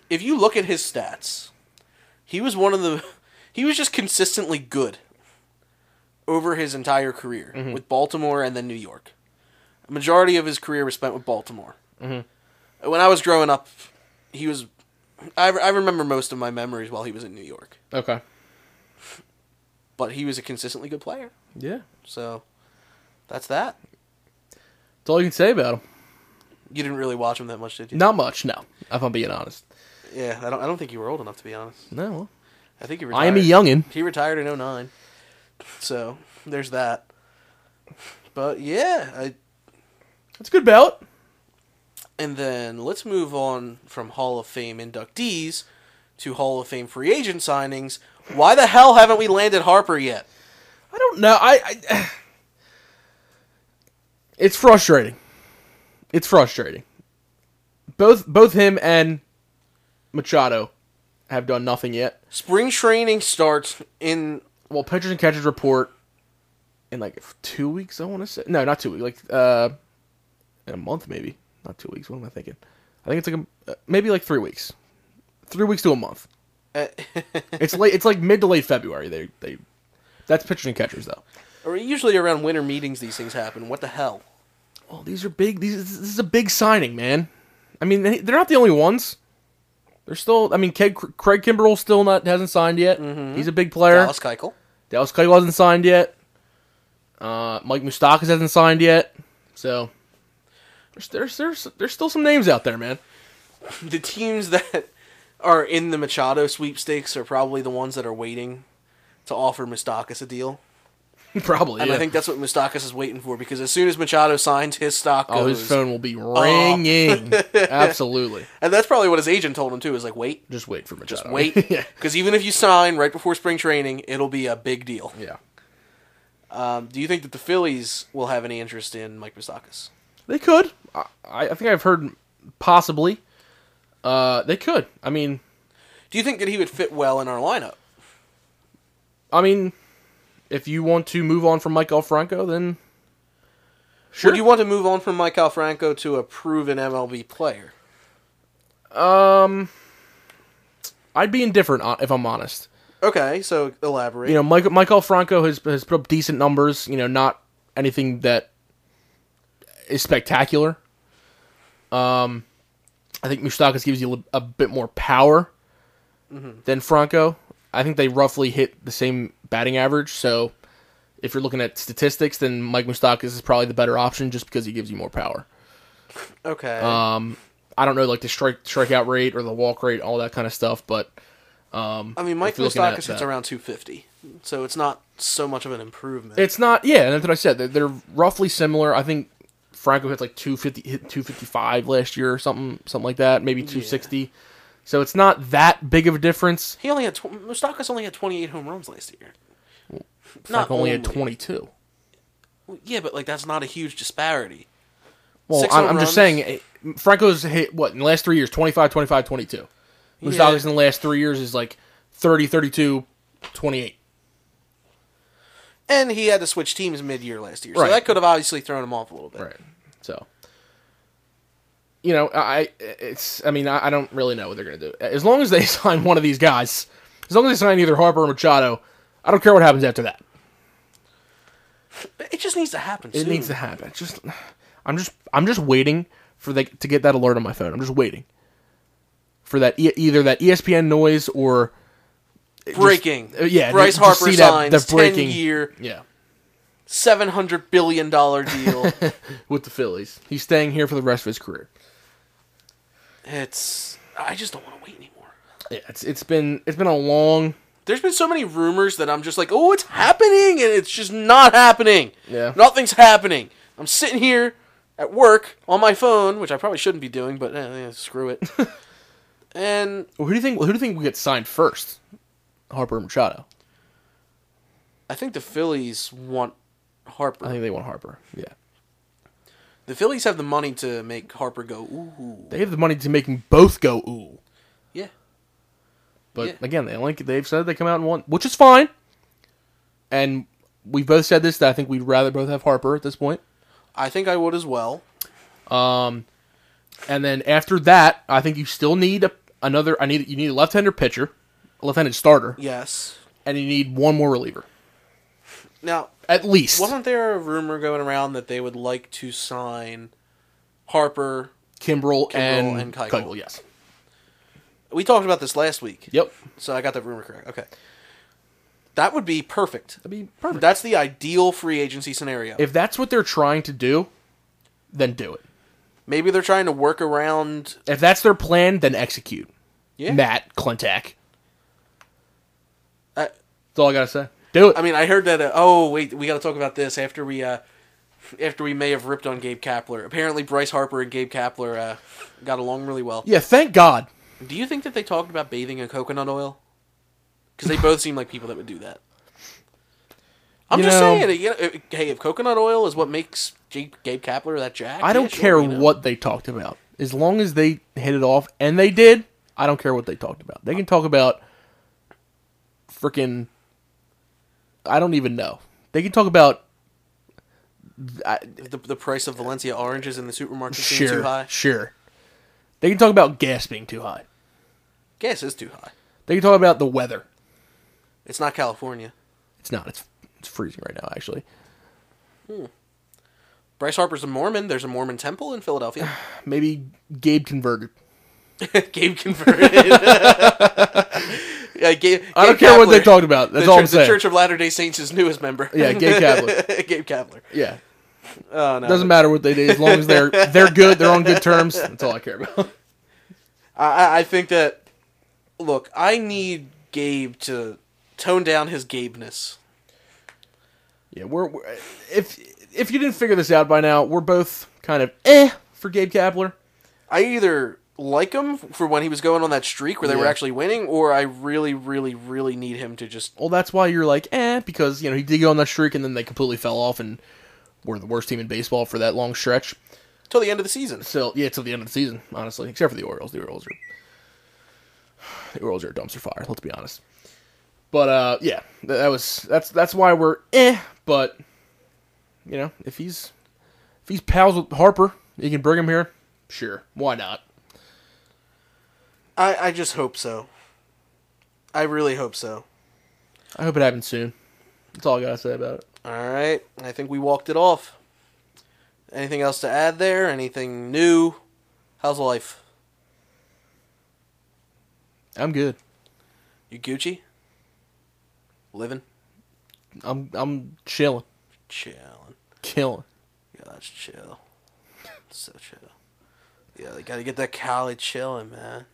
If you look at his stats, he was one of the <laughs> he was just consistently good over his entire career Mm-hmm. with Baltimore and then New York. A majority of his career was spent with Baltimore. Mm-hmm. When I was growing up, he was. I, I remember most of my memories while he was in New York, Okay. but he was a consistently good player. Yeah. So that's that. That's all you can say about him. You didn't really watch him that much, did you? Not much, no. If I'm being honest. Yeah, I don't. I don't think you were old enough to be honest. No. I think you retired. I am a youngin. He retired in 09. So there's that. But yeah, I, That's a good ballot. and then let's move on from Hall of Fame inductees to Hall of Fame free agent signings. Why the hell haven't we landed Harper yet? I don't know. I, I <sighs> It's frustrating. It's frustrating. Both both him and Machado have done nothing yet. Spring training starts in Well, pitchers and catchers report in like f- 2 weeks, I want to say. No, not 2 weeks. Like uh in a month maybe. Not 2 weeks. What am I thinking? I think it's like a, uh, maybe like 3 weeks. 3 weeks to a month. uh, <laughs> It's late it's like mid to late February. They they That's pitchers and catchers though. or usually around winter meetings these things happen. What the hell? Well, Oh, these are big. These this is a big signing, man. I mean, they, they're not the only ones. They're still. I mean, Craig, Craig Kimbrell still not hasn't signed yet. He's a big player. Dallas Keuchel. Dallas Keuchel hasn't signed yet. Uh, Mike Moustakas hasn't signed yet. So there's there's there's there's still some names out there, man. <laughs> The teams that are in the Machado sweepstakes are probably the ones that are waiting to offer Mustakas a deal. Probably. And yeah. I think that's what Mustakas is waiting for because as soon as Machado signs, his stock goes. oh, his phone will be ringing. <laughs> Absolutely. And that's probably what his agent told him too. Is like, wait, Just wait for Machado. just wait, <laughs> yeah. because even if you sign right before spring training, it'll be a big deal. Yeah. Um, do you think that the Phillies will have any interest in Mike Mustakas? They could. I, I I think I've heard possibly. Uh, they could. I mean, Do you think that he would fit well in our lineup? I mean, if you want to move on from Mike Franco, then sure. Would you want to move on from Mike Franco to a proven MLB player? I'd be indifferent on- if I'm honest. Okay, so elaborate. You know, Mike Michael Franco has has put up decent numbers. You know, not anything that is spectacular. Um, I think Mustakas gives you a, li- a bit more power than Franco. I think they roughly hit the same batting average. So, if you're looking at statistics, then Mike Mustakas is probably the better option just because he gives you more power. okay, Um, I don't know like the strike strikeout rate or the walk rate, all that kind of stuff. But I mean Mike you're looking at Mustakas hits that- around 250, so it's not so much of an improvement. it's not. Yeah, and that's what I said. They're, they're roughly similar. I think Franco hit like 250, hit 255 last year or something, something like that. Maybe 260. So it's not that big of a difference. he only had tw- Mustakas only had 28 home runs last year. Franco only had 22. Well, Yeah, but like that's not a huge disparity. Well, Six I'm, home I'm just runs. saying eh, Franco's hit what in the last three years 25, 25, 22. Mustakas in the last three years is like 30, 32, 28. and he had to switch teams mid-year last year, so Right. that could have obviously thrown him off a little bit. Right. So, you know, I it's I mean I, I don't really know what they're gonna do. As long as they <laughs> sign one of these guys, as long as they sign either Harper or Machado, I don't care what happens after that. But It just needs to happen. It soon. needs to happen. It's Just I'm just I'm just waiting for the to get that alert on my phone. I'm just waiting for that e- either that ESPN noise or breaking. uh, yeah, Bryce just- just Harper see that- signs that breaking- ten year, yeah seven hundred billion dollar <laughs> deal. with the Phillies. He's staying here for the rest of his career. it's I just don't want to wait anymore. Yeah, it's it's been it's been a long There's been so many rumors that I'm just like, oh, it's happening, and it's just not happening. Yeah. nothing's happening. I'm sitting here at work on my phone, which I probably shouldn't be doing, but eh, eh, screw <laughs> it. and Well, who do you think? Who do you think will get signed first? Harper or Machado? I think the Phillies want Harper. I think they want Harper. Yeah, the Phillies have the money to make Harper go ooh. they have the money to make them both go ooh. Yeah, But Yeah. again, they only they've said they come out and want, which is fine. And we've both said this that I think we'd rather both have Harper at this point. I think I would as well. And then after that, I think you still need a, another. I need you need a left-hander pitcher, a left-handed starter, Yes. and you need one more reliever Now, at least. Wasn't there a rumor going around that they would like to sign Harper? Kimbrel, and, and Keuchel. Keuchel. Yes. We talked about this last week. Yep. So I got that rumor correct. Okay. That would be perfect. That'd be perfect. That's the ideal free agency scenario. if that's what they're trying to do, then do it. Maybe they're trying to work around. If that's their plan, then execute. Yeah. Matt Clintack. I, That's all I gotta say. Do it. I mean, I heard that. Uh, oh, wait, we got to talk about this after we uh, after we may have ripped on Gabe Kapler. Apparently, Bryce Harper and Gabe Kapler uh, got along really well. yeah, thank God. Do you think that they talked about bathing in coconut oil? Because they both seem like people that would do that. I'm You just know- saying. You know, if- hey, if coconut oil is what makes Gabe, Gabe Kapler that jack, I yeah, don't sure, care you know. what they talked about. As long as they hit it off, and they did, I don't care what they talked about. They can talk about freaking. I don't even know. They can talk about the, the price of Valencia oranges in the supermarket is sure, too high. sure. They can talk about gas being too high. Gas is too high. They can talk about the weather. It's not California. It's not. It's it's freezing right now. Actually, Bryce Harper's a Mormon. There's a Mormon temple in <sighs> Philadelphia. <laughs> maybe Gabe converted. Gabe converted. <laughs> yeah, Gabe, I don't care what they talked about. That's the all church, I'm saying. The Church of Latter Day Saints' is newest member. Yeah, Gabe <laughs> Kapler. Gabe Kapler. Yeah. Oh no, Doesn't matter what they do, as long as they're they're good, they're on good terms. That's all I care about. I, I- I think that look, I need Gabe to tone down his Gabeness. Yeah, we're, we're if if you didn't figure this out by now, we're both kind of eh for Gabe Kapler. I either like him for when he was going on that streak where they were Yeah. actually winning, or I really, really, really need him to just Well, that's why you're like eh because you know he did go on that streak and then they completely fell off and were the worst team in baseball for that long stretch. till the end of the season. So yeah, till the end of the season, honestly, except for the Orioles. The Orioles are the Orioles are a dumpster fire. Let's be honest. But uh, yeah, th- that was that's that's why we're eh. But you know, if he's if he's pals with Harper, you can bring him here. Sure, why not? I, I just hope so. I really hope so. I hope it happens soon. That's all I gotta say about it. All right, I think we walked it off. Anything else to add there? Anything new? How's life? I'm good. You Gucci? Living? I'm I'm chilling, Chillin'. killing. Yeah, that's chill. so chill. Yeah, they gotta get that Cali chilling, <laughs> man.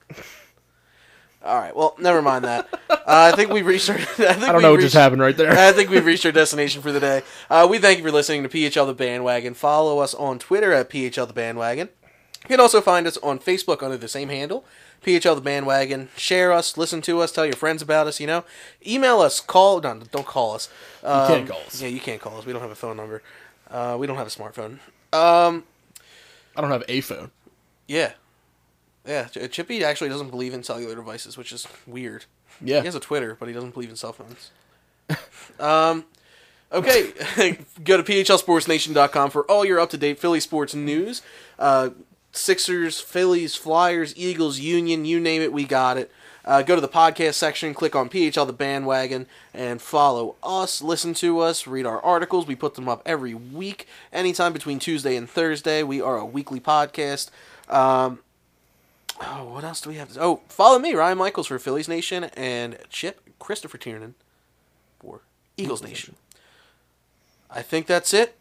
All right. Well, never mind that. Uh, I think we reached. Our, I, think I we don't know what reached- just happened right there. I think we've reached our destination for the day. Uh, we thank you for listening to PHL The Bandwagon. Follow us on Twitter at PHL The Bandwagon. You can also find us on Facebook under the same handle, PHL The Bandwagon. Share us, listen to us, tell your friends about us, you know. Email us, call, no, don't call us. Um, can't call us. Yeah, you can't call us. We don't have a phone number. Uh, we don't have a smartphone. I don't have a phone. Yeah. Yeah, Ch- Chippy actually doesn't believe in cellular devices, which is weird. Yeah, He has a Twitter, but he doesn't believe in cell phones. <laughs> um, Okay, <laughs> go to phlsportsnation.com for all your up-to-date Philly sports news. Uh, Sixers, Phillies, Flyers, Eagles, Union, you name it, we got it. Uh, go to the podcast section, click on PHL the bandwagon, and follow us. Listen to us, read our articles. We put them up every week, anytime between Tuesday and Thursday. We are a weekly podcast. Um, oh, what else do we have? Oh, follow me, Ryan Michaels for Phillies Nation, and Chip Christopher Tiernan for Eagles Nation. I think that's it.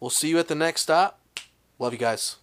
We'll see you at the next stop. Love you guys.